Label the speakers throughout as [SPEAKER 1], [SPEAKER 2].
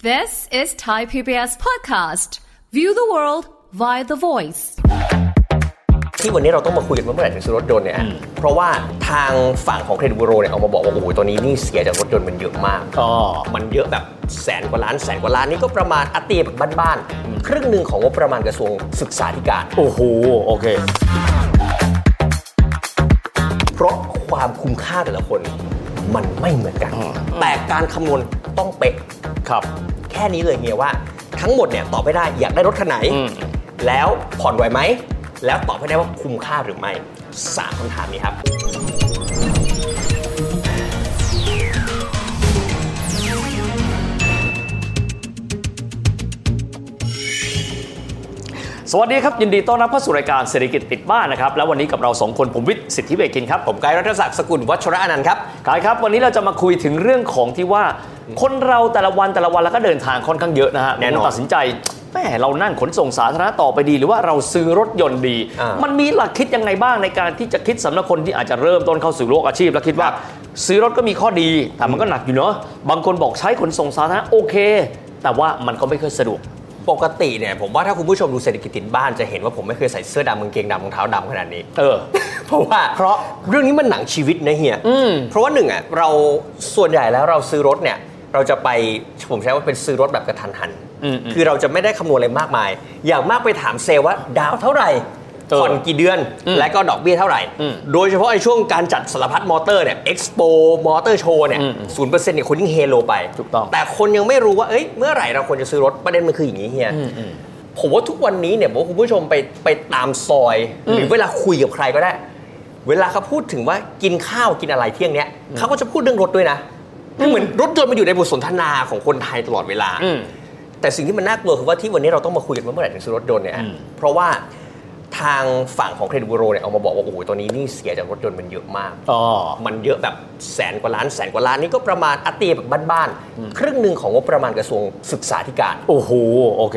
[SPEAKER 1] This is Thai PBS Podcast. View the world via the voice.
[SPEAKER 2] ที่วันนี้เราต้องมาคุยกันว่าเมื่อไหร่จะซื้อรถยนต์เนี่ย เพราะว่าทางฝั่งของเครดิตบูโรเนี่ยออกมาบอกว่า โอ้โหตอนนี้หนี่เสียจากรถยนต์มันเยอะมาก
[SPEAKER 3] ก็
[SPEAKER 2] มันเยอะแบบแสนกว่าล้านแสนกว่าล้านนี่ก็ประมาณอัตราแบบบ้านๆ ครึ่งหนึ่งของงบประมาณกระทรวงศึกษาธิการ
[SPEAKER 3] โอ้โหโอเค
[SPEAKER 2] เพราะความคุ้มค่าแต่ละคน มันไม่เหมือนกัน
[SPEAKER 3] อืม
[SPEAKER 2] แต่การคำนวณต้องเป๊ะ
[SPEAKER 3] ครับ
[SPEAKER 2] แค่นี้เลยเฮียว่าทั้งหมดเนี่ยตอบไม่ได้อยากได้รถคันไหน
[SPEAKER 3] อืม
[SPEAKER 2] แล้วผ่อนไหวไหม แล้วตอบให้ได้ว่าคุ้มค่าหรือไม่สามคำถามนี้ครับ
[SPEAKER 3] สวัสดีครับ ยินดีต้อนรับเข้าสู่รายการเศรษฐกิจติดบ้านนะครับ แล้ววันนี้กับเราสองคนผมวิทย์สิทธิเวชกินครับผม
[SPEAKER 2] ไกรรัฐศักดิ์สกุลวัชระอนันต์ครับ
[SPEAKER 3] กายครับ วันนี้เราจะมาคุยถึงเรื่องของที่ว่า คนเราแต่ละวันแต่ละวันแล้วก็เดินทางค่อนข้างเยอะนะฮะ
[SPEAKER 2] แน่นอน
[SPEAKER 3] มัตัดสินใจแหมเรานั่งขนส่งสาธารณะต่อไปดี หรือว่าเราซื้อรถยนต์ดี
[SPEAKER 2] อ่ามั
[SPEAKER 3] มันมีหลักคิดยังไงบ้างในการที่จะคิดสำหรับคนที่อาจจะเริ่มต้นเข้าสู่โลกอาชีพ แล้วคิดว่า ซื้อรถก็มีข้อดีแต่มันก็หนักอยู่เนาะบางคนบอกใช้ขนส่งสาธารณะโอเค แต่ว่ามันก็ไม่ค่อยสะดวก
[SPEAKER 2] ปกติเนี่ยผมว่าถ้าคุณผู้ชมดูเศรษฐกิจติดบ้านจะเห็นว่าผมไม่เคยใส่เสื้อดำกางเกงดำรองเท้าดำขนาดนี้
[SPEAKER 3] เออ
[SPEAKER 2] เพราะว่า
[SPEAKER 3] เพราะ
[SPEAKER 2] เรื่องนี้มันหนังชีวิตนะเฮีย
[SPEAKER 3] อืม
[SPEAKER 2] เพราะว่าหนึ่งอ่ะเราส่วนใหญ่แล้วเราซื้อรถเนี่ยเราจะไปผมใช้ว่าเป็นซื้อรถแบบกระทันหัน
[SPEAKER 3] อืมอืม
[SPEAKER 2] คือเราจะไม่ได้คำนวณอะไรมากมาย อย่างมากไปถามเซลล์ว่าดาวเท่าไหร่
[SPEAKER 3] เออ
[SPEAKER 2] ผ่อนกี่เดือน
[SPEAKER 3] อืม
[SPEAKER 2] และก็ดอกเบี้ยเท่าไหร่
[SPEAKER 3] อืม
[SPEAKER 2] โดยเฉพาะไอ้ช่วงการจัดสารพัดมอเตอร์เนี่ยเอ็กซ์โปมอเตอร์โชว์เนี่ย
[SPEAKER 3] อืมอืม
[SPEAKER 2] ศูนย์เปอร์เซ็นต์เนี่ยคนยิ่งเฮโลไป
[SPEAKER 3] ถูกต้อง
[SPEAKER 2] แต่คนยังไม่รู้ว่าเอ้ยเมื่อไหร่เราควรจะซื้อรถประเด็นมันคืออย่างนี้เฮีย ผมว่าทุกวันนี้เนี่ยผมว่าคุณผู้ชมไปไปตามซอย
[SPEAKER 3] อืม
[SPEAKER 2] หรือเวลาคุยกับใครก็ได้ เวลาเขาพูดถึงว่ากินข้าวกินอะไรเที่ยงเนี้ยเขาก็จะพูดเรื่องรถด้วยนะคือเหมือนรถยนต์มันอยู่ในบทสนทนาของคนไทยตลอดเวลา
[SPEAKER 3] อืม
[SPEAKER 2] แต่สิ่งที่มันน่ากลัวคือว่าที่วันนี้เราต้องมาคุยกันว่าเมื่อไหร่ถึงซื้อรถยนต์เนี่ย
[SPEAKER 3] อืม
[SPEAKER 2] เพราะว่าทางฝั่งของเครดิตบูโรเนี่ยออกมาบอกว่าโอ้โหตอนนี้หนี่เสียจากรถยนต์มันเยอะมาก
[SPEAKER 3] อ๋อ
[SPEAKER 2] มันเยอะแบบแสนกว่าล้านแสนกว่าล้านนี่ก็ประมาณอัตราแบบบ้านๆครึ่งหนึ่งของงบประมาณกระทรวงศึกษาธิการ
[SPEAKER 3] โอ้โห โอเค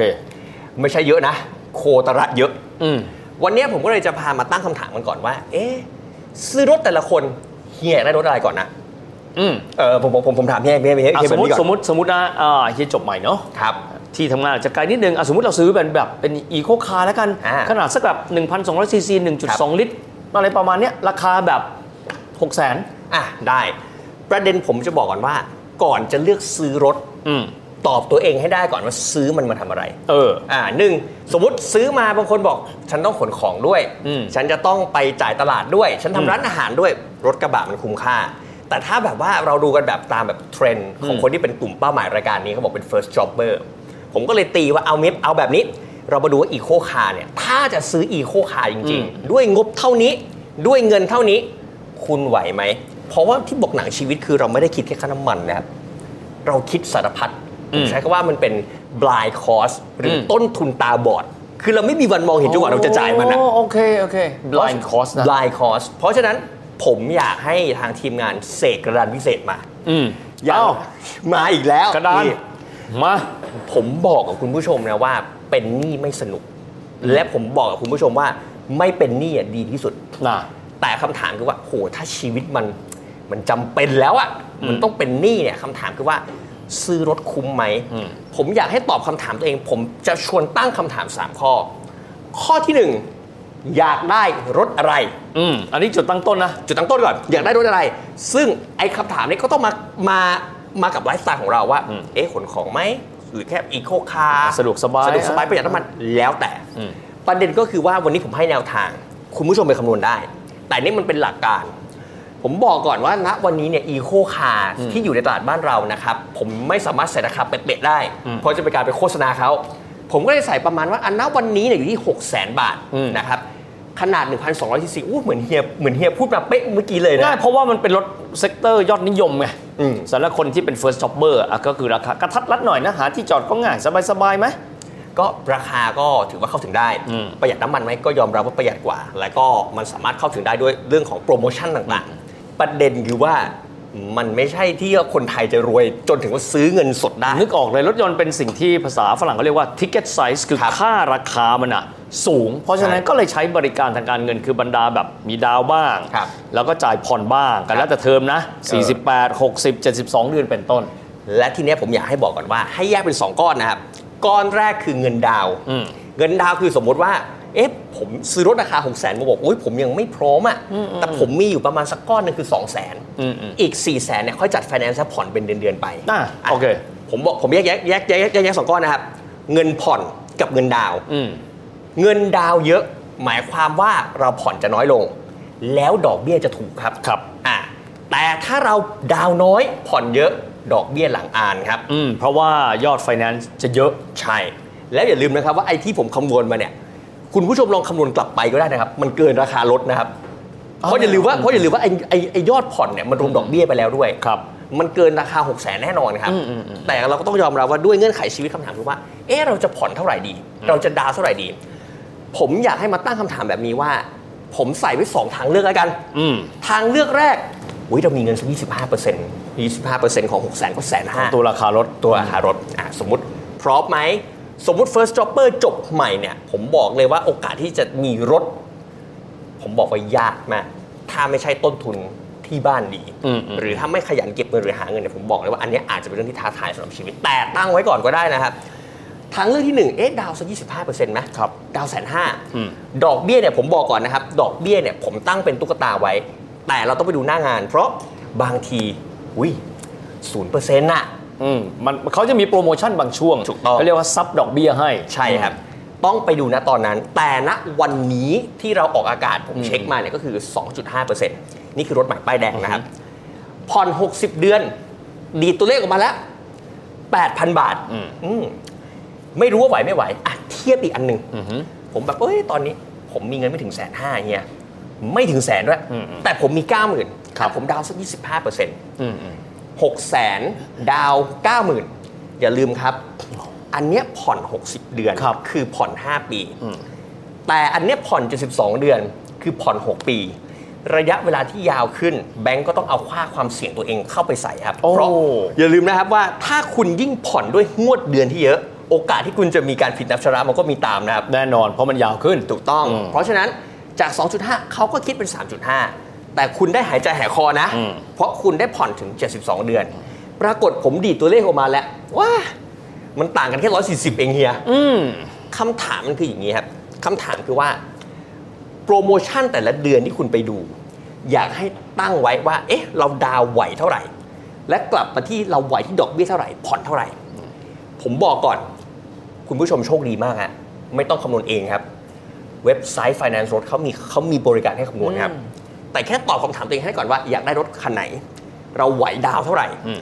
[SPEAKER 2] ไม่ใช่เยอะนะ โคตระเยอะ
[SPEAKER 3] อืม
[SPEAKER 2] วันเนี้ยผมก็เลยจะพามาตั้งคำถามกันก่อนว่า เอ๊ะซื้อรถแต่ละคนเฮียอยากได้รถอะไรก่อนนะ
[SPEAKER 3] อืม
[SPEAKER 2] เออผมผมผมผมถามเฮียเฮียเฮีย
[SPEAKER 3] อ่ะ
[SPEAKER 2] เฮีย
[SPEAKER 3] ส
[SPEAKER 2] แบ
[SPEAKER 3] ม
[SPEAKER 2] บ
[SPEAKER 3] มติ
[SPEAKER 2] นี้ก่
[SPEAKER 3] ส
[SPEAKER 2] อน
[SPEAKER 3] มมติ สมมตินะอ่าเฮียจบใหม่เนาะ
[SPEAKER 2] ครับ
[SPEAKER 3] ที่ทำงานอาจจะไกลนิดนึงอ่ะสมมติเราซื้อเป็นแบบเป็นอีโคคาร์แล้วกัน
[SPEAKER 2] อ่า
[SPEAKER 3] ขนาดสักแบบ1,200ซีซี1.2 ลิตร อะไรประมาณเนี้ย ราคาแบบ6 0 0 0 0น
[SPEAKER 2] อ่ะ ได้ ประเด็นผมจะบอกก่อนว่า ก่อนจะเลือกซื้อรถ
[SPEAKER 3] อืม
[SPEAKER 2] ตอบตัวเองให้ได้ก่อนว่าซื้อมันมาทำอะไร
[SPEAKER 3] เออ
[SPEAKER 2] อ่าหนึ่งสมมติซื้อมาบางคนบอก ฉันต้องขนของด้วย
[SPEAKER 3] อืม
[SPEAKER 2] ฉันจะต้องไปจ่ายตลาดด้วย ฉันทำ
[SPEAKER 3] อืม
[SPEAKER 2] ร้านอาหารด้วยรถกระบะมันคุ้มค่า แต่ถ้าแบบว่าเราดูกันแบบตามแบบเทรนด์ของ
[SPEAKER 3] อืม
[SPEAKER 2] คนที่เป็นกลุ่มเป้าหมายรายการนี้เขาบอกเป็น first jobber ผมก็เลยตีว่าเอาเมฟเอาแบบนี้ เรามาดูว่าอีโคคาร์เนี่ยถ้าจะซื้ออีโคคาร์จริง
[SPEAKER 3] อืม
[SPEAKER 2] ๆ ด้วยงบเท่านี้ ด้วยเงินเท่านี้ คุณไหวไหม เพราะว่าที่บอกหนังชีวิตคือเราไม่ได้คิดแค่ค่าน้ำมันนะครับ เราคิดสารพัด
[SPEAKER 3] อืม
[SPEAKER 2] ใช้คำว่ามันเป็น blind cost หรืออ
[SPEAKER 3] ม
[SPEAKER 2] ต้นทุนตาบอด คือเราไม่มีวันมองเห็นจนกว่าเราจะจ่ายมันนะ
[SPEAKER 3] โอ้โอเค โอเค blind cost นะ
[SPEAKER 2] blind cost เพราะฉะนั้นผมอยากให้ทางทีมงานเสกกระดานพิเศษมา
[SPEAKER 3] อืม
[SPEAKER 2] อยาก
[SPEAKER 3] เอ้า
[SPEAKER 2] มาอีกแล้ว
[SPEAKER 3] กระดาน
[SPEAKER 2] นี่
[SPEAKER 3] มา
[SPEAKER 2] ผมบอกกับคุณผู้ชมนะว่าเป็นหนี้ไม่สนุก และผมบอกกับคุณผู้ชมว่าไม่เป็นหนี้อ่ะดีที่สุด
[SPEAKER 3] น่ะ
[SPEAKER 2] แต่คำถามคือว่าโหถ้าชีวิตมันมันจำเป็นแล้วอะ่ะมันต้องเป็นหนี้เนี่ยคำถามคือว่า ซื้อรถคุ้มไหม
[SPEAKER 3] อืม
[SPEAKER 2] ผมอยากให้ตอบคำถามตัวเอง ผมจะชวนตั้งคำถาม 3 ข้อ ข้อทีหนึ่งอยากได้รถอะไร
[SPEAKER 3] อืม อันนี้จุดตั้งต้นนะ
[SPEAKER 2] จุดตั้งต้นก่อน อยากได้รถอะไร ซึ่งไอ้คำถามนี้ก็ต้องมามามากับไลฟ์สไตล์ของเราว่า
[SPEAKER 3] อืม
[SPEAKER 2] เอ๊ะขนของไหมหรือแค่อีโคคาร์
[SPEAKER 3] สะดวกสบาย
[SPEAKER 2] สะดวกสบายประหยัดน้ำมันแล้วแต่
[SPEAKER 3] อืม
[SPEAKER 2] ประเด็นก็คือว่าวันนี้ผมให้แนวทาง คุณผู้ชมไปคำนวณได้ แต่นี่มันเป็นหลักการ ผมบอกก่อนว่าณวันนี้เนี่ยอีโคคาร์ที่อยู่ในตลาดบ้านเรานะครับ ผมไม่สามารถใส่ราคาเป๊ะๆได้
[SPEAKER 3] อืม
[SPEAKER 2] เพราะจะเป็นการไปโฆษณาเขา ผมก็เลยใส่ประมาณว่าอันณวันนี้เนี่ยอยู่ที่ 6 0 0 0 0 0 บาท
[SPEAKER 3] อืม
[SPEAKER 2] นะครับขนาด 1,200ซีซีอู้เหมือนเฮียเหมือนเฮียพูดมาเป๊ะเมื่อกี้เลย
[SPEAKER 3] ง่า
[SPEAKER 2] นะ
[SPEAKER 3] ยเพราะว่ามันเป็นรถเซกเตอร์ยอดนิยมไง
[SPEAKER 2] อืม
[SPEAKER 3] สำหรับคนที่เป็น first jobber อ่ะก็คือราคากระทัดรัดหน่อยนะหาที่จอดก็ง่ายสบายๆไหม
[SPEAKER 2] ก็ราคาก็ถือว่าเข้าถึงได้
[SPEAKER 3] อืม
[SPEAKER 2] ประหยัดน้ำมันไหมก็ยอมรับว่าประหยัดกว่า และก็มันสามารถเข้าถึงได้ด้วยเรื่องของโปรโมชั่นต่างๆ ประเด็นคือว่ามันไม่ใช่ที่ว่าคนไทยจะรวยจนถึงว่าซื้อเงินสดได้
[SPEAKER 3] นึกออกเลย รถยนต์เป็นสิ่งที่ภาษาฝรั่งเขาเรียกว่า ticket size คือ
[SPEAKER 2] ครับ
[SPEAKER 3] ค่าราคามันอะสูง เพราะฉะนั้น
[SPEAKER 2] ใช่
[SPEAKER 3] ก็เลยใช้บริการทางการเงินคือบรรดาแบบมีดาวบ้าง
[SPEAKER 2] ครับ
[SPEAKER 3] แล้วก็จ่ายผ่อนบ้างกันแล้วแต่เทอมนะ 48 60 72 เดือนเป็นต้น
[SPEAKER 2] และทีเนี้ยผมอยากให้บอกก่อนว่า ให้แยกเป็น 2 ก้อนนะครับ ก้อนแรกคือเงินดาวน์
[SPEAKER 3] อืม
[SPEAKER 2] เงินดาวน์คือสมมติว่า เอ๊ะผมซื้อรถราคา 6 0 0 0 0นมาบอกโอ้ยผมยังไม่พร้อมอ่ะแต่ผมมีอยู่ประมาณสักก้อนหนึงคือ 2 0 0 0 0 0
[SPEAKER 3] อืมอืม
[SPEAKER 2] อีก4ี่แสนเนี่ยค่อยจัดไฟแนนซ์ผ่อนเป็นเดือนๆไป
[SPEAKER 3] อ่ะโอเค
[SPEAKER 2] ผมบอกผมแยกแยกแยกแยกแยกแยกสองก้อนนะครับ เงินผ่อนกับเงินดาวน์
[SPEAKER 3] อืม
[SPEAKER 2] เงินดาวน์เยอะหมายความว่าเราผ่อนจะน้อยลง แล้วดอกเบี้ยจะถูกครับ
[SPEAKER 3] ครับ
[SPEAKER 2] อ่ะแต่ถ้าเราดาวน์น้อยผ่อนเยอะดอกเบี้ยหลังอ่านครับ
[SPEAKER 3] อืม เพราะว่ายอดไฟแนนซ์จะเยอะ
[SPEAKER 2] ใช่ แล้วอย่าลืมนะครับว่าไอ้ที่ผมคำนวณมาเนี่ย คุณผู้ชมลองคำนวณกลับไปก็ได้นะครับ มันเกินราคารถนะครับ
[SPEAKER 3] อ๋อ
[SPEAKER 2] เพราะอย่าลืมว่าเพราะอย่าลืมว่าไอ้ไอ้ไอ้ยอดผ่อนเนี่ยมันรวมดอกเบี้ยไปแล้วด้วย
[SPEAKER 3] ครับ
[SPEAKER 2] มันเกินราคา 6 0 0 0 0นแน่นอนครับ
[SPEAKER 3] อืมอืมอืม
[SPEAKER 2] แต่เราก็ต้องยอมรับว่าด้วยเงื่อนไขชีวิตคำถามคือว่า เอ๊ะเราจะผ่อนเท่าไหร่ดี เราจะดาวน์เท่าไหร่ดี ผมอยากให้มาตั้งคำถามแบบนี้ว่า ผมใส่ไว้สองทางเลือกแล้วกัน
[SPEAKER 3] อืม
[SPEAKER 2] ทางเลือกแรกอุ้ยเรามีเงินสัก25เปอร์เซ็นต์25เปอร์เซ็นต์ของ6 0 0 0 0ก็แสนห้า
[SPEAKER 3] ตัวราคารถ
[SPEAKER 2] ตัวหารถอ่ะสมมติพร้อมไหม สมมติ first jobber จบใหม่เนี่ย ผมบอกเลยว่าโอกาสที่จะมีรถ ผมบอกว่ายากมาก ถ้าไม่ใช่ต้นทุนที่บ้านดี
[SPEAKER 3] อืมอืม
[SPEAKER 2] หรือถ้าไม่ขยันเก็บเงินหรือหาเงินเนี่ยผมบอกเลยว่าอันเนี้ยอาจจะเป็นเรื่องที่ท้าทายสำหรับชีวิต แต่ตั้งไว้ก่อนก็ได้นะครับ ทางเลือกที่หนึ่งเอ๊ะดาวน์สัก25เปอร์เซ็นต์ไหม
[SPEAKER 3] ครับ
[SPEAKER 2] ดาวน์แสนห้า
[SPEAKER 3] อืม
[SPEAKER 2] ดอกเบี้ยเนี่ยผมบอกก่อนนะครับ ดอกเบี้ยเนี่ยผมตั้งเป็นตุ๊กตาไว้ แต่เราต้องไปดูหน้างาน เพราะบางทีอุ้ยศูนย์เปอร์เซ็นต์น่ะ
[SPEAKER 3] อืมมันเขาจะมีโปรโมชั่นบางช่วง
[SPEAKER 2] ถูกต้อง
[SPEAKER 3] เขาเรียกว่าซับดอกเบี้ยให้
[SPEAKER 2] ใช่ครับ ต้องไปดูนะตอนนั้น แต่ณวันนี้ที่เราออกอากาศผมเช็คมาเนี่ยก็คือ 2.5%นี่คือรถใหม่ป้ายแดงนะครับ ผ่อน 60 เดือน ดีดตัวเลขออกมาแล้ว 8,000 บาท
[SPEAKER 3] อืม
[SPEAKER 2] อืมไม่รู้ว่าไหวไม่ไหวอ่ะเทียบอีกอันหนึ่ง
[SPEAKER 3] อือหือ
[SPEAKER 2] ผมแบบเอ้ยตอนนี้ผมมีเงินไม่ถึงแสนห้าเงี้ยไม่ถึงแสนด้วย
[SPEAKER 3] อืมอืม
[SPEAKER 2] แต่ผมมี 9 0 0 0 0ถ้าผมดาวน์สัก 25เปอร์เซ็นต์
[SPEAKER 3] อืมอืม
[SPEAKER 2] หกแสนดาวเก้าหมื่นอย่าลืมครับ อันเนี้ยผ่อน 60 เดือน
[SPEAKER 3] ครับ
[SPEAKER 2] คือผ่อน 5 ปี
[SPEAKER 3] อืม
[SPEAKER 2] แต่อันเนี้ยผ่อน72 เดือนคือผ่อน 6 ปี ระยะเวลาที่ยาวขึ้น แบงก์ก็ต้องเอาค่าความเสี่ยงตัวเองเข้าไปใส่ครับ
[SPEAKER 3] โอ้
[SPEAKER 2] เพราะอย่าลืมนะครับว่าถ้าคุณยิ่งผ่อนด้วยงวดเดือนที่เยอะ โอกาสที่คุณจะมีการผิดนับชำระมันก็มีตามนะครับ
[SPEAKER 3] แน่นอน เพราะมันยาวขึ้น
[SPEAKER 2] ถูกต้อง
[SPEAKER 3] อืม
[SPEAKER 2] เพราะฉะนั้นจาก 2.5 เขาก็คิดเป็น 3.5 แต่คุณได้หายใจหายคอนะ
[SPEAKER 3] อืม
[SPEAKER 2] เพราะคุณได้ผ่อนถึง 72 เดือน ปรากฏผมดีดตัวเลขออกมาแล้วว้ามันต่างกันแค่ 140 เองเฮีย
[SPEAKER 3] อืม
[SPEAKER 2] คำถามมันคืออย่างนี้ครับคำถามคือว่า โปรโมชั่นแต่ละเดือนที่คุณไปดู อยากให้ตั้งไว้ว่า เอ๊ะ เราดาวไหวเท่าไหร่ และกลับมาที่เราไหวที่ดอกเบี้ยเท่าไหร่ ผ่อนเท่าไหร่ ผมบอกก่อน คุณผู้ชมโชคดีมากฮะไม่ต้องคำนวณเองครับ เว็บไซต์ Finance Road เขามีเขามีบริการให้คำนวณครับ แต่แค่ตอบคำถามตัวเองให้ก่อนว่า อยากได้รถคันไหน เราไหวดาวเท่าไหร่
[SPEAKER 3] อืม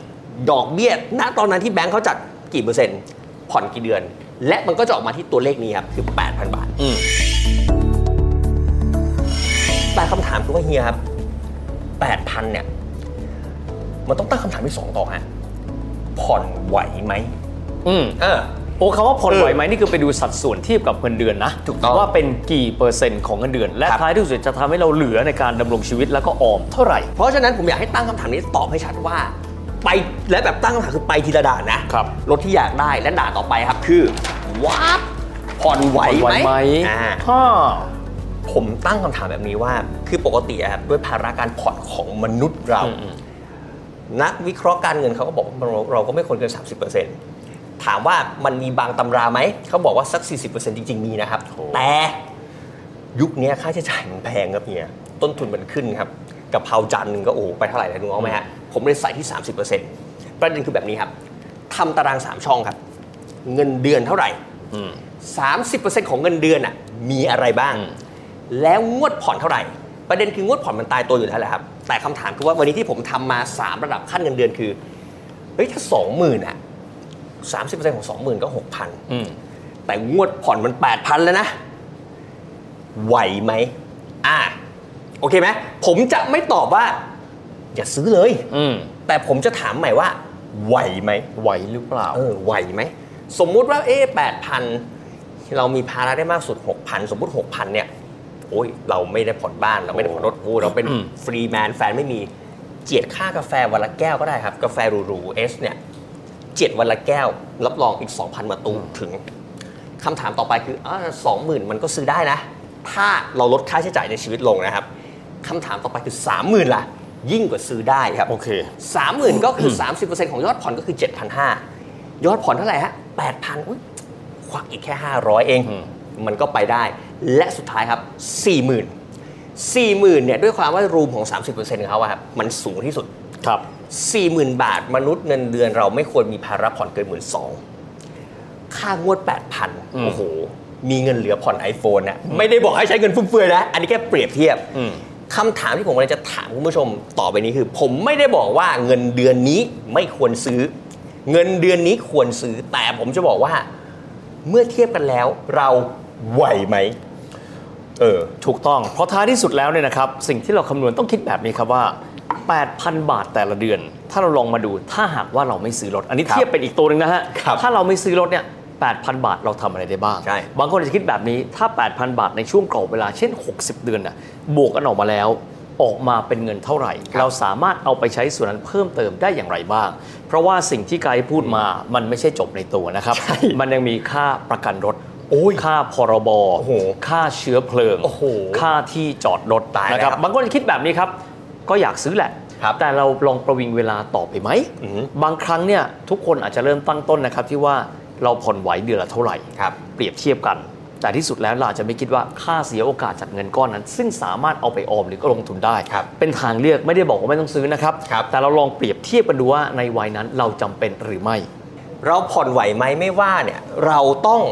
[SPEAKER 2] ดอกเบี้ยณตอนนั้นที่แบงค์เขาจัดกี่เปอร์เซ็นต์ ผ่อนกี่เดือน และมันก็จะออกมาที่ตัวเลขนี้ครับคือ 8,000 บาท
[SPEAKER 3] อืม
[SPEAKER 2] แต่คำถามคือว่าเฮียครับ 8,000 เนี่ย มันต้องตั้งคำถามที่สองต่อฮะ ผ่อนไหวไหม
[SPEAKER 3] อืม
[SPEAKER 2] เออ
[SPEAKER 3] โอ้คำว่าผ่อน
[SPEAKER 2] เออ
[SPEAKER 3] ไหวไหมนี่คือไปดูสัดส่วนเทียบกับเงินเดือนนะ
[SPEAKER 2] ถูกต้อง
[SPEAKER 3] ว่าเป็นกี่เปอร์เซ็นต์ของเงินเดือน และ
[SPEAKER 2] ครับ
[SPEAKER 3] ท้ายที่สุดจะทำให้เราเหลือในการดำรงชีวิตแล้วก็ออมเท่าไหร่
[SPEAKER 2] เพราะฉะนั้นผมอยากให้ตั้งคำถามนี้ตอบให้ชัดว่า ไปและแบบตั้งคำถามคือไปทีละด่านนะครับ รถที่อยากได้และด่านต่อไปครับคือว้าผ่อนไหว
[SPEAKER 3] ผ่อน
[SPEAKER 2] ไห
[SPEAKER 3] ไหวไห
[SPEAKER 2] ม
[SPEAKER 3] ม
[SPEAKER 2] อ่า
[SPEAKER 3] ฮ่า
[SPEAKER 2] ผมตั้งคำถามแบบนี้ว่า คือปกติอะครับด้วยภาระการผ่อนของมนุษย์เรา นักวิเคราะห์การเงินเขาก็บอกว่าเราเราก็ไม่ควรเกิน 30%ถามว่ามันมีบางตำราไหม เขาบอกว่าสัก 40%จริง ๆ มีนะครับ แต่ยุคนี้ค่าใช้จ่ายมันแพงครับเนี่ยต้นทุนมันขึ้นครับกับเพราจานหนึ่งก็โอ้โหไปเท่าไหร่แล้วนึกออกไหมฮะ ผมเลยใส่ที่ 30%ประเด็นคือแบบนี้ครับทำตาราง 3 ช่องครับ เงินเดือนเท่าไหร่
[SPEAKER 3] อืม
[SPEAKER 2] 30%ของเงินเดือนอ่ะมีอะไรบ้าง แล้วงวดผ่อนเท่าไหร่ ประเด็นคืองวดผ่อนมันตายตัวอยู่แล้วแหละครับ แต่คำถามคือว่าวันนี้ที่ผมทำมา 3 ระดับขั้นเงินเดือนคือ เฮ้ย ถ้า 20,000 อ่ะ 30%ของ 20,000 ก็
[SPEAKER 3] อืม
[SPEAKER 2] 6,000 แต่งวดผ่อนมัน 8,000 แล้วนะ ไหวไหมอ่า โอเคไหมผมจะไม่ตอบว่า อย่าซื้อเลย
[SPEAKER 3] อืม
[SPEAKER 2] แต่ผมจะถามใหม่ว่า ไหวไหม
[SPEAKER 3] ไหวหรือเปล่า
[SPEAKER 2] เออไหวไหม สมมุติว่าเอ๊แปดพันเรามีภาระได้มากสุด 6,000 สมมุติ 6,000 เนี่ยโอ้ยเราไม่ได้ผ่อนบ้านเราไม่ได้ผ่อนรถโอ้เราเป็น
[SPEAKER 3] อืม
[SPEAKER 2] ฟรีแมนแฟนไม่มีเจียดค่ากาแฟวันละแก้วก็ได้ครับ กาแฟหรูๆเอสเนี่ยเจียดวันละแก้ว รับรองอีก 2,000 มาตูถึงคำถามต่อไปคืออ่าสองหมื่นมันก็ซื้อได้นะ ถ้าเราลดค่าใช้จ่ายในชีวิตลงนะครับคำถามต่อไปคือ 30,000ล่ะ ยิ่งกว่าซื้อได้ครับ
[SPEAKER 3] โอเค
[SPEAKER 2] สามหมื่นก็คือ 30%ของยอดผ่อนก็คือ 7,500 ยอดผ่อนเท่าไหร่ฮะ8,000อุ๊ยควักอีกแค่ 500 เอง มันก็ไปได้ และสุดท้ายครับ 40,000 40,000เนี่ยด้วยความว่ารูมของ 30%ของเขาอะครับมันสูงที่สุด
[SPEAKER 3] ครับ
[SPEAKER 2] 40,000 บาท มนุษย์เงินเดือนเราไม่ควรมีภาระผ่อนเกินหมื่นสองค่างวด 8,000 โอ้โห มีเงินเหลือผ่อน iPhone นะไม่ได้บอกให้ใช้เงินฟุ่มเฟือยนะ อันนี้แค่เปรียบเทียบ
[SPEAKER 3] อืม
[SPEAKER 2] คำถามที่ผมกำลังจะถามคุณผู้ชมต่อไปนี้คือ ผมไม่ได้บอกว่าเงินเดือนนี้ไม่ควรซื้อ เงินเดือนนี้ควรซื้อ แต่ผมจะบอกว่า เมื่อเทียบกันแล้วเราไหวไหมเออ
[SPEAKER 3] ถูกต้อง เพราะท้ายที่สุดแล้วเนี่ยนะครับ สิ่งที่เราคำนวณต้องคิดแบบนี้ครับว่า 8,000 บาทแต่ละเดือน ถ้าเราลองมาดู ถ้าหากว่าเราไม่ซื้อรถ อันนี้
[SPEAKER 2] ครับ
[SPEAKER 3] เทียบเป็นอีกตัวหนึ่งนะฮะ
[SPEAKER 2] ครับ
[SPEAKER 3] ถ้าเราไม่ซื้อรถเนี่ย 8,000 บาทเราทำอะไรได้บ้าง
[SPEAKER 2] ใช่
[SPEAKER 3] บางคนอาจจะคิดแบบนี้ ถ้า 8,000 บาทในช่วงกรอบเวลาเช่น 60 เดือนน่ะ บวกกันออกมาแล้ว ออกมาเป็นเงินเท่าไหร่ เราสามารถเอาไปใช้ส่วนนั้นเพิ่มเติมได้อย่างไรบ้าง เพราะว่าสิ่งที่ไกด์พูดมา มันไม่ใช่จบในตัวนะครับ มันยังมีค่าประกันรถ ค่าพรบ
[SPEAKER 2] โอ้โห
[SPEAKER 3] ค่าเชื้อเพลิง
[SPEAKER 2] โอ้โห
[SPEAKER 3] ค่าที่จอดรถ
[SPEAKER 2] ตายแล้ว
[SPEAKER 3] นะครับ
[SPEAKER 2] ครับ
[SPEAKER 3] บางคนคิดแบบนี้ครับ ก็อยากซื้อแหละ
[SPEAKER 2] ครับ
[SPEAKER 3] แต่เราลองประวิงเวลาต่อไปไหม
[SPEAKER 2] อือหือ
[SPEAKER 3] บางครั้งเนี่ยทุกคนอาจจะเริ่มตั้งต้นนะครับที่ว่าเราผ่อนไหวเดือนละเท่าไหร่
[SPEAKER 2] ครับ
[SPEAKER 3] เปรียบเทียบกัน แต่ที่สุดแล้วเราอาจจะไม่คิดว่าค่าเสียโอกาสจากเงินก้อนนั้น ซึ่งสามารถเอาไปออมหรือก็ลงทุนได้
[SPEAKER 2] ครับ
[SPEAKER 3] เป็นทางเลือกไม่ได้บอกว่าไม่ต้องซื้อนะครับ
[SPEAKER 2] ครับ
[SPEAKER 3] แต่เราลองเปรียบเทียบกันดูว่าในวัยนั้นเราจำเป็นหรือไม่
[SPEAKER 2] เราผ่อนไหวไหมไม่ว่าเนี่ยเราต้อง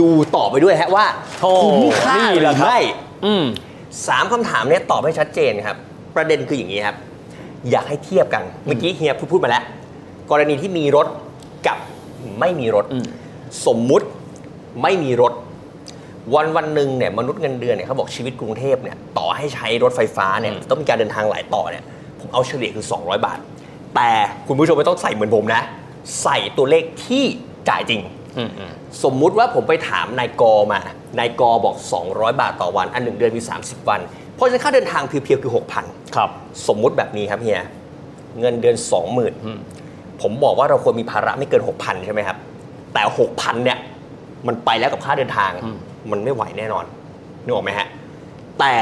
[SPEAKER 2] ดูต่อไปด้วยฮะว่า
[SPEAKER 3] โธ่
[SPEAKER 2] คุ้มค่า
[SPEAKER 3] นี่
[SPEAKER 2] ห
[SPEAKER 3] แห
[SPEAKER 2] รื
[SPEAKER 3] ละ
[SPEAKER 2] อ
[SPEAKER 3] ครับ
[SPEAKER 2] ไม่
[SPEAKER 3] อืม
[SPEAKER 2] สามคำถามเนี่ยตอบให้ชัดเจนครับ ประเด็นคืออย่างนี้ครับ อยากให้เทียบกัน เมื่อกี้เฮียพูดพูดมาแล้ว กรณีที่มีรถกับไม่มีรถ
[SPEAKER 3] อืม
[SPEAKER 2] สมมุติไม่มีรถ วันวันหนึ่งเนี่ยมนุษย์เงินเดือนเนี่ยเขาบอกชีวิตกรุงเทพเนี่ยต่อให้ใช้รถไฟฟ้าเนี่ยต้องมีการเดินทางหลายต่อเนี่ยผมเอาเฉลี่ยคือ 200 บาท แต่คุณผู้ชมไม่ต้องใส่เหมือนผมนะ ใส่ตัวเลขที่จ่ายจริง
[SPEAKER 3] อืมอืม
[SPEAKER 2] สมมุติว่าผมไปถามนายกมานายกบอก 200 บาทต่อวัน อันหนึ่งเดือนมี 30 วัน เพราะฉะนั้นค่าเดินทางเพียวๆคือ 6,000
[SPEAKER 3] ครับ
[SPEAKER 2] สมมุติแบบนี้ครับเฮียเงินเดือน
[SPEAKER 3] อืม
[SPEAKER 2] 20,000 ผมบอกว่าเราควรมีภาระไม่เกิน 6,000 ใช่ไหมครับ แต่ 6,000 เนี่ย มันไปแล้วกับค่าเดินทาง มันไม่ไหวแน่นอนนึกออกไหมฮะ แต่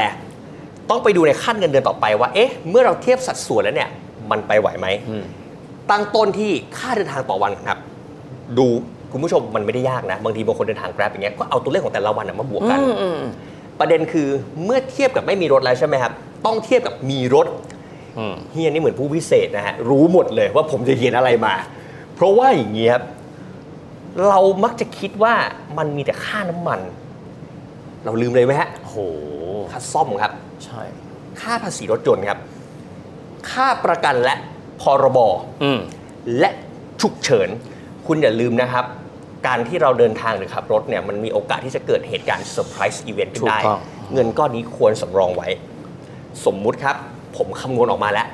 [SPEAKER 2] ต้องไปดูในขั้นเงินเดือนต่อไปว่า เอ๊ะ เมื่อเราเทียบสัดส่วนแล้วเนี่ย มันไปไหวไหม
[SPEAKER 3] อืม
[SPEAKER 2] ตั้งต้นที่ค่าเดินทางต่อวันก่อนครับ ดูคุณผู้ชมมันไม่ได้ยากนะ บางทีบางคนเดินทางแกร็บอย่างเงี้ยก็เอาตัวเลขของแต่ละวันนะมาบวกกัน ประเด็นคือเมื่อเทียบกับไม่มีรถแล้วใช่ไหมครับ ต้องเทียบกับมีรถ
[SPEAKER 3] อืม
[SPEAKER 2] เฮียนี่เหมือนผู้พิเศษนะฮะ รู้หมดเลยว่าผมจะเขียนอะไรมา เพราะว่าอย่างเงี้ยครับเรามักจะคิดว่ามันมีแต่ค่าน้ำมัน เราลืมเลยไหมฮะ
[SPEAKER 3] โห
[SPEAKER 2] ค่าซ่อมครับ
[SPEAKER 3] ใช่
[SPEAKER 2] ค่าภาษีรถยนต์ครับ ค่าประกันและพรบ
[SPEAKER 3] อืม
[SPEAKER 2] และฉุกเฉิน คุณอย่าลืมนะครับ การที่เราเดินทางหรือขับรถเนี่ยมันมีโอกาสที่จะเกิดเหตุการณ์เซอร์ไพรส์อีเวนต์ขึ้นได้
[SPEAKER 3] ถูกต้อง
[SPEAKER 2] เงินก้อนนี้ควรสำรองไว้ สมมุติครับ ผมคำนวณออกมาแล้ว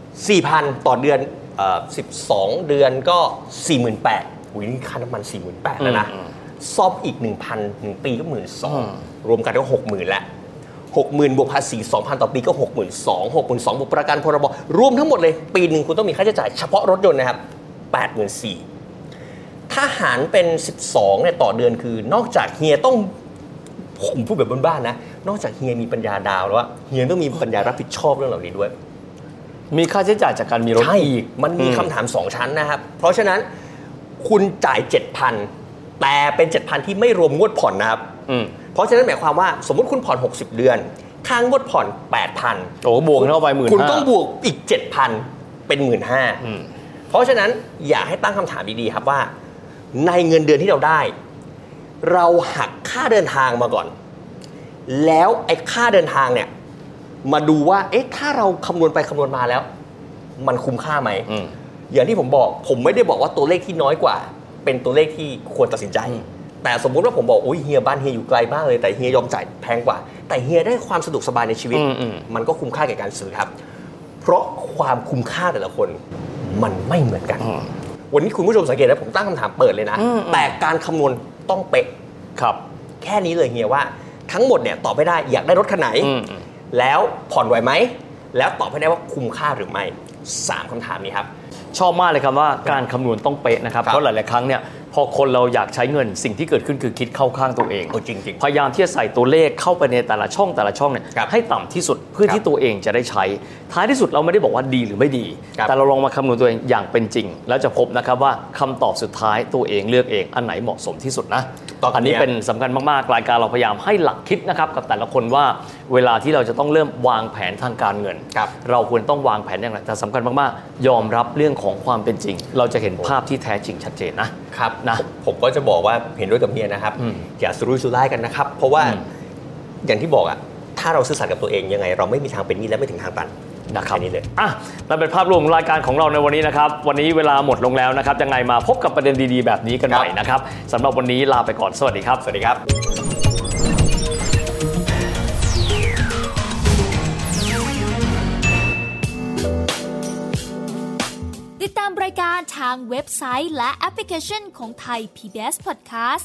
[SPEAKER 2] 4,000 ต่อเดือนเอ่อ12 เดือนก็ 48,000อุ้ยนี่ค่าน้ำมัน 48,000แล้วนะซ่อมอีก 1,000หนึ่งปีก็12,000รวมกันก็ 60,000แล้ว60,000บวกภาษี2,000 ต่อปีก็ 62,000 62,000บวกประกันพรบรวมทั้งหมดเลย ปีหนึ่งคุณต้องมีค่าใช้จ่ายเฉพาะรถยนต์นะครับ84,000ถ้าหารเป็น 12เนี่ยต่อเดือนคือนอกจากเฮียต้อง ผมพูดแบบบ้านๆนะ นอกจากเฮียมีปัญญาดาวแล้วอะเฮียต้องมีปัญญารับผิดชอบเรื่องเหล่านี้ด้วย
[SPEAKER 3] มีค่าใช้จ่ายจากการมีรถ
[SPEAKER 2] ใช่
[SPEAKER 3] อีก
[SPEAKER 2] มันมี
[SPEAKER 3] อืม
[SPEAKER 2] คำถาม 2 ชั้นนะครับ เพราะฉะนั้นคุณจ่าย 7,000 แต่เป็น 7,000 ที่ไม่รวมงวดผ่อนนะครับ
[SPEAKER 3] อืม
[SPEAKER 2] เพราะฉะนั้นหมายความว่าสมมติคุณผ่อน 60 เดือน ค่างวดผ่อน 8,000
[SPEAKER 3] โอ้บวกเข้าไปหมื่น
[SPEAKER 2] คุณต้องบวกอีก 7,000 เป็น 1 5ื่นเพราะฉะนั้นอยากให้ตั้งคำถามดีๆครับว่า ในเงินเดือนที่เราได้ เราหักค่าเดินทางมาก่อน แล้วไอ้ค่าเดินทางเนี่ย มาดูว่า เอ๊ะ ถ้าเราคำนวณไปคำนวณมาแล้ว มันคุ้มค่าไหม
[SPEAKER 3] อืม
[SPEAKER 2] อย่างที่ผมบอกผมไม่ได้บอกว่าตัวเลขที่น้อยกว่า เป็นตัวเลขที่ควรตัดสินใจ แต่สมมุติว่าผมบอกอุ้ยเฮียบ้านเฮียอยู่ไกลมากเลยแต่เฮียยอมจ่ายแพงกว่า แต่เฮียได้ความสะดวกสบายในชีวิต
[SPEAKER 3] อืมอืม
[SPEAKER 2] มันก็คุ้มค่าแก่การซื้อครับ เพราะความคุ้มค่าแต่ละคนมันไม่เหมือนกัน
[SPEAKER 3] อืม
[SPEAKER 2] วันนี้คุณผู้ชมสังเกตนะผมตั้งคำถามเปิดเลยนะ แต่การคำนวณต้องเป๊ะ
[SPEAKER 3] ครับ
[SPEAKER 2] แค่นี้เลยเฮียว่า ทั้งหมดเนี่ยตอบไม่ได้อยากได้รถคันไหน
[SPEAKER 3] อืมอืม
[SPEAKER 2] แล้วผ่อนไหวไหมแล้วตอบให้ได้ว่าคุ้มค่าหรือไม่สามคำถามนี้ครับ
[SPEAKER 3] ชอบมากเลยครับว่าการคำนวณต้องเป๊ะนะครับ
[SPEAKER 2] ครับ
[SPEAKER 3] เพราะหลาย ๆ ครั้งเนี่ยพอคนเราอยากใช้เงินสิ่งที่เกิดขึ้นคือคิดเข้าข้างตัวเอง
[SPEAKER 2] โอ้จริงๆ
[SPEAKER 3] พยายามที่จะใส่ตัวเลขเข้าไปในแต่ละช่องแต่ละช่องเนี่ย
[SPEAKER 2] ครับ
[SPEAKER 3] ให้ต่ำที่สุดเพื่อ
[SPEAKER 2] ครับ
[SPEAKER 3] ที่ตัวเองจะได้ใช้ ท้ายที่สุดเราไม่ได้บอกว่าดีหรือไม่ดี
[SPEAKER 2] ครับ
[SPEAKER 3] แต่เราลองมาคำนวณตัวเองอย่างเป็นจริง แล้วจะพบนะครับว่าคำตอบสุดท้ายตัวเองเลือกเองอันไหนเหมาะสมที่สุดนะ
[SPEAKER 2] ถูกต้อง
[SPEAKER 3] อันนี้
[SPEAKER 2] ครับ
[SPEAKER 3] เป็น สำคัญมาก ๆ รายการเราพยายามให้หลักคิดนะครับกับแต่ละคนว่าเวลาที่เราจะต้องเริ่มวางแผนทางการเงิน
[SPEAKER 2] ครับ
[SPEAKER 3] เราควรต้องวางแผนอย่างไรแต่สำคัญมาก ๆ ยอมรับเรื่องของความเป็นจริง เราจะเห็นภาพที่แท้จริงชัดเจนนะ
[SPEAKER 2] ครับ
[SPEAKER 3] นะ
[SPEAKER 2] ผมผมก็จะบอกว่าเห็นด้วยกับเฮียนะครับ
[SPEAKER 3] อืม
[SPEAKER 2] อย่าสุรุ่ยสุร่ายกันนะครับ เพราะว่า
[SPEAKER 3] อืม
[SPEAKER 2] อย่างที่บอกอะถ้าเราซื่อสัตย์กับตัวเองยังไง เราไม่มีทางเป็นหนี้และไม่ถึงทางตัน
[SPEAKER 3] นะครับ
[SPEAKER 2] แนี้เลย
[SPEAKER 3] อ่ะนั่นเป็นภาพรวมรายการของเราในวันนี้นะครับ วันนี้เวลาหมดลงแล้วนะครับ ยังไงมาพบกับประเด็นดี ๆ แบบนี้กัน
[SPEAKER 2] ครับ
[SPEAKER 3] ใหม่นะครับสำหรับวันนี้ลาไปก่อน สวัสดีครับ
[SPEAKER 2] สวัสดีครับ
[SPEAKER 4] ติดตามรายการทางเว็บไซต์และแอปพลิเคชันของไทย PBS Podcast